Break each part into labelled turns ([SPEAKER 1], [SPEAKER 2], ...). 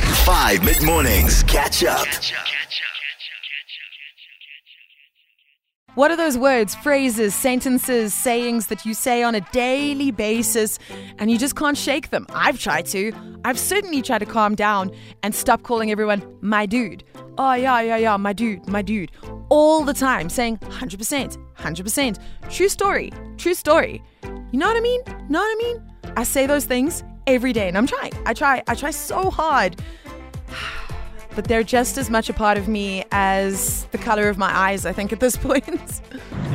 [SPEAKER 1] 5 mid mornings. Catch up.
[SPEAKER 2] What are those words, phrases, sentences, sayings that you say on a daily basis and you just can't shake them? I've tried to. I've certainly tried to calm down and stop calling everyone my dude. Oh, yeah, yeah, yeah, my dude, my dude. All the time saying 100%, 100%. True story, true story. You know what I mean? Know what I mean? I say those things every day and I'm trying. I try. I try so hard but they're just as much a part of me as the color of my eyes, I think, at this point.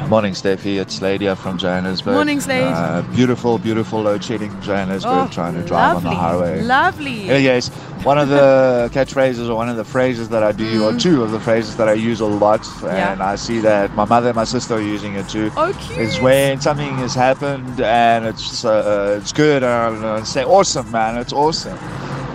[SPEAKER 3] Morning, Steffi. It's Ladia from Johannesburg.
[SPEAKER 2] Morning, Slade.
[SPEAKER 3] Uh, beautiful, beautiful load shedding in Johannesburg. trying to drive on the highway.
[SPEAKER 2] Oh, Lovely.
[SPEAKER 3] Anyways, one of the catchphrases or one of the phrases that I do, or two of the phrases that I use a lot,
[SPEAKER 2] Mm. Yeah.
[SPEAKER 3] and I see that my mother and my sister are using it too.
[SPEAKER 2] Oh, cute.
[SPEAKER 3] Is when something has happened and it's uh, it's good, and I say, "Awesome, man! It's awesome."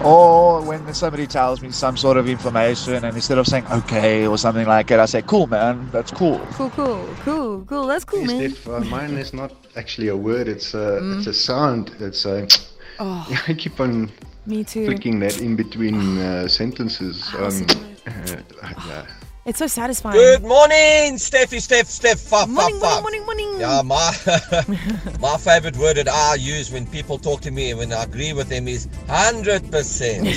[SPEAKER 3] Or when somebody tells me some sort of information, and instead of saying "okay" or something like it, I say, "Cool, man! That's cool."
[SPEAKER 2] Cool, cool, cool, cool. That's cool,
[SPEAKER 4] Is
[SPEAKER 2] man. Mm.
[SPEAKER 4] that- uh, mine is not actually a word. It's a it's a sound. It's a.
[SPEAKER 2] Oh.
[SPEAKER 4] I keep on
[SPEAKER 2] Me too. Ah.
[SPEAKER 4] flicking that in between uh, sentences. Um, uh, yeah.
[SPEAKER 2] It's so satisfying.
[SPEAKER 5] Good morning, Steffi, Steph, Steph, fuff,
[SPEAKER 2] Morning,
[SPEAKER 5] fuff,
[SPEAKER 2] morning, morning, morning.
[SPEAKER 5] Yeah, my my favorite word that I use when people talk to me and when I agree with them is hundred percent,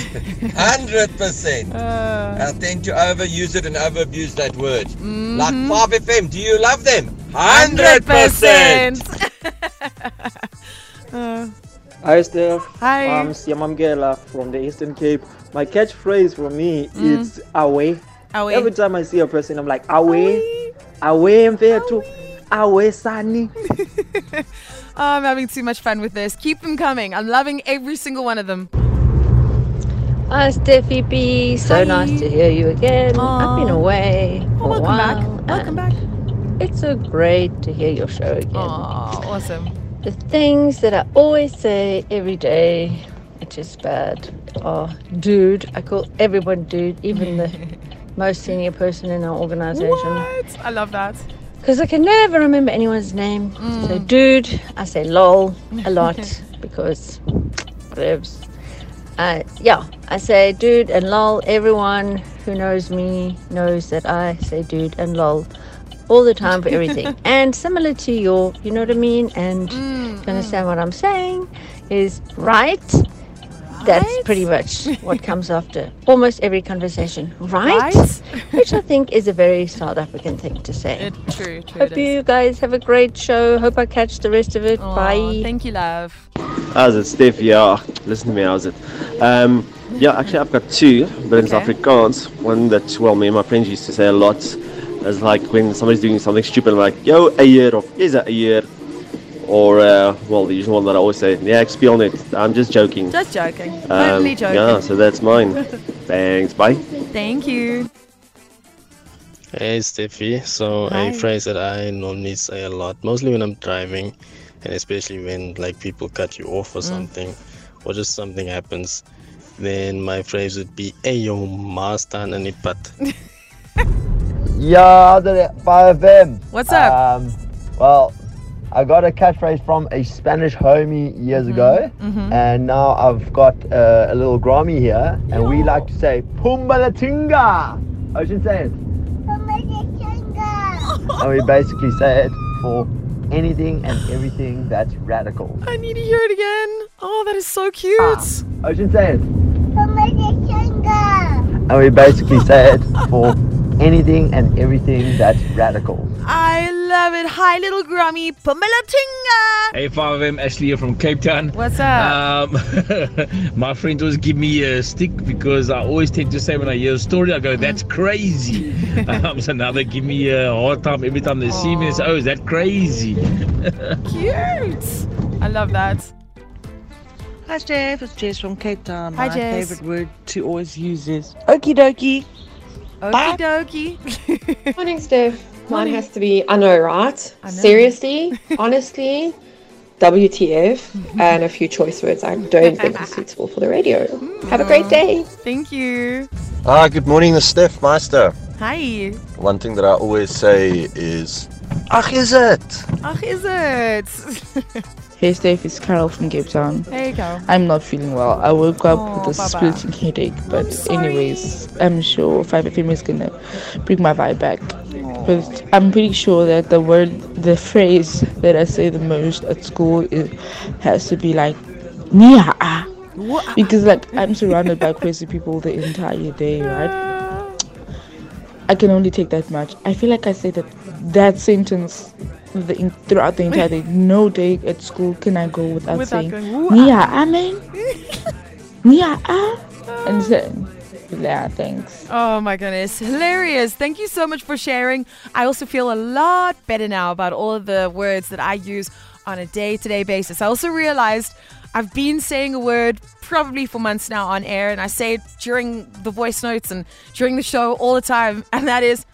[SPEAKER 5] hundred percent.
[SPEAKER 2] Uh.
[SPEAKER 5] I tend to overuse it and overabuse that word.
[SPEAKER 2] Mm-hmm.
[SPEAKER 5] Like Five FM, do you love them? Hundred percent.
[SPEAKER 2] 100%.
[SPEAKER 6] Hi, Steph.
[SPEAKER 2] Hi.
[SPEAKER 5] Um,
[SPEAKER 6] I'm Siamamgela from the Eastern Cape. My catchphrase for me is away.
[SPEAKER 2] Away.
[SPEAKER 6] Every time I see a person, I'm like, away, away, Mfetu, away, Sani.
[SPEAKER 2] Oh, I'm having too much fun with this. Keep them coming. I'm loving every single one of them.
[SPEAKER 7] Hi, Steffi B. So
[SPEAKER 2] Hi.
[SPEAKER 7] nice to hear you again. I've been
[SPEAKER 2] Aw.
[SPEAKER 7] away for
[SPEAKER 2] Oh,
[SPEAKER 7] a
[SPEAKER 2] welcome
[SPEAKER 7] while.
[SPEAKER 2] back. Welcome
[SPEAKER 7] and
[SPEAKER 2] back.
[SPEAKER 7] It's so great to hear your show again.
[SPEAKER 2] Oh, awesome.
[SPEAKER 7] The things that I always say every day, which is bad, are dude. I call everyone dude, even the most senior person in our organization.
[SPEAKER 2] What? I love that.
[SPEAKER 7] Because I can never remember anyone's name.
[SPEAKER 2] Mm.
[SPEAKER 7] So, dude, I say lol a lot because whatevs. Uh, yeah, I say dude and lol. Everyone who knows me knows that I say dude and lol all the time for everything. and similar to your, you know what I mean? And
[SPEAKER 2] Mm,
[SPEAKER 7] if you understand what I'm saying, is right. That's
[SPEAKER 2] Right?
[SPEAKER 7] pretty much what comes after almost every conversation, right?
[SPEAKER 2] Right?
[SPEAKER 7] Which I think is a very South African thing to say.
[SPEAKER 2] It, true, true. it
[SPEAKER 7] Hope
[SPEAKER 2] is.
[SPEAKER 7] you guys have a great show. Hope I catch the rest of it.
[SPEAKER 2] Aw,
[SPEAKER 7] Bye.
[SPEAKER 2] Thank you, love.
[SPEAKER 8] How's it, Steph? Yeah, oh, listen to me. How's it? Um, yeah, actually, I've got two, but it's
[SPEAKER 2] Okay.
[SPEAKER 8] Afrikaans. One that, well, me and my friends used to say a lot is like when somebody's doing something stupid, like, yo, a year, or is it a year? Or, uh, well, the usual one that I always say, yeah, ik speel net. I'm just joking.
[SPEAKER 2] Just joking.
[SPEAKER 8] Um,
[SPEAKER 2] Totally joking.
[SPEAKER 8] Yeah, so that's mine. Thanks, bye.
[SPEAKER 2] Thank you.
[SPEAKER 9] Hey Steffi, so
[SPEAKER 2] Hi.
[SPEAKER 9] a phrase that I normally say a lot, mostly when I'm driving, and especially when like people cut you off or something, or just something happens, then my phrase would be "Ayo mastan anipat."
[SPEAKER 10] Yeah, I did it. 5FM.
[SPEAKER 8] Uh,
[SPEAKER 2] What's up?
[SPEAKER 10] Um, well, I got a catchphrase from a Spanish homie years ago,
[SPEAKER 8] uh,
[SPEAKER 2] Mm-hmm.
[SPEAKER 10] and now I've got uh, a little Grammy here, and we like to say Pumba la Tinga. Ocean say it. And we basically say it for anything and everything that's radical.
[SPEAKER 2] I need to hear it again. Oh, that is so cute.
[SPEAKER 10] Ocean say it. And we basically say it for anything and everything that's radical.
[SPEAKER 2] I love it. Hi, little grummy. Pamela Tinga.
[SPEAKER 11] Hey, five M Ashley here from Cape Town.
[SPEAKER 2] What's
[SPEAKER 8] Uh,
[SPEAKER 2] up?
[SPEAKER 11] Um, my friend always give me a stick because I always tend to say when I hear a story, I go, "That's crazy." um, so now they give me a hard time every time they see me. They say, "Oh, is that crazy?"
[SPEAKER 2] Cute. I love that.
[SPEAKER 12] Hi, Steph. It's Jess from Cape Town.
[SPEAKER 2] Hi,
[SPEAKER 12] My
[SPEAKER 2] Jess.
[SPEAKER 12] favorite word to always use is okie dokie.
[SPEAKER 2] Okie dokie.
[SPEAKER 7] Morning, Steph.
[SPEAKER 2] Morning.
[SPEAKER 7] has to be I know, right?
[SPEAKER 2] I know.
[SPEAKER 7] Seriously, honestly, WTF, and a few choice words I don't think are suitable for the radio. Have a great day.
[SPEAKER 2] Thank you.
[SPEAKER 11] Ah, good morning, the Steph Meister.
[SPEAKER 2] Hi.
[SPEAKER 11] One thing that I always say is, "Ach, is it?"
[SPEAKER 2] Ach, is it?
[SPEAKER 13] Hey Steph, it's Carol from Cape Town.
[SPEAKER 2] There you go.
[SPEAKER 13] I'm not feeling well. I woke up with a
[SPEAKER 2] Baba.
[SPEAKER 13] splitting headache, but anyways, I'm sure 5FM is gonna bring my vibe back. But I'm pretty sure that the word, the phrase that I say the most at school is, has to be like, Nia. Because like I'm surrounded by crazy people the entire day, right? I can only take that much. I feel like I say that that sentence the, in- throughout the entire day. No day at school can I go without,
[SPEAKER 2] Without
[SPEAKER 13] saying
[SPEAKER 2] going, "Ooh,
[SPEAKER 13] Nia,
[SPEAKER 2] ah."
[SPEAKER 13] I mean, Nia, ah, and then yeah, thanks.
[SPEAKER 2] Oh my goodness. Hilarious. Thank you so much for sharing. I also feel a lot better now about all of the words that I use on a day to day basis. I also realized I've been saying a word probably for months now on air, and I say it during the voice notes and during the show all the time, and that is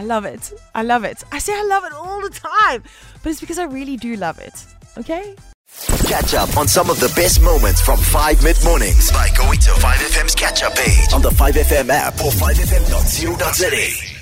[SPEAKER 2] I love it. I love it. I say I love it all the time, but it's because I really do love it. Okay?
[SPEAKER 1] Catch up on some of the best moments from 5 mid mornings by going to 5FM's catch up page on the 5FM app or 5FM.co.za.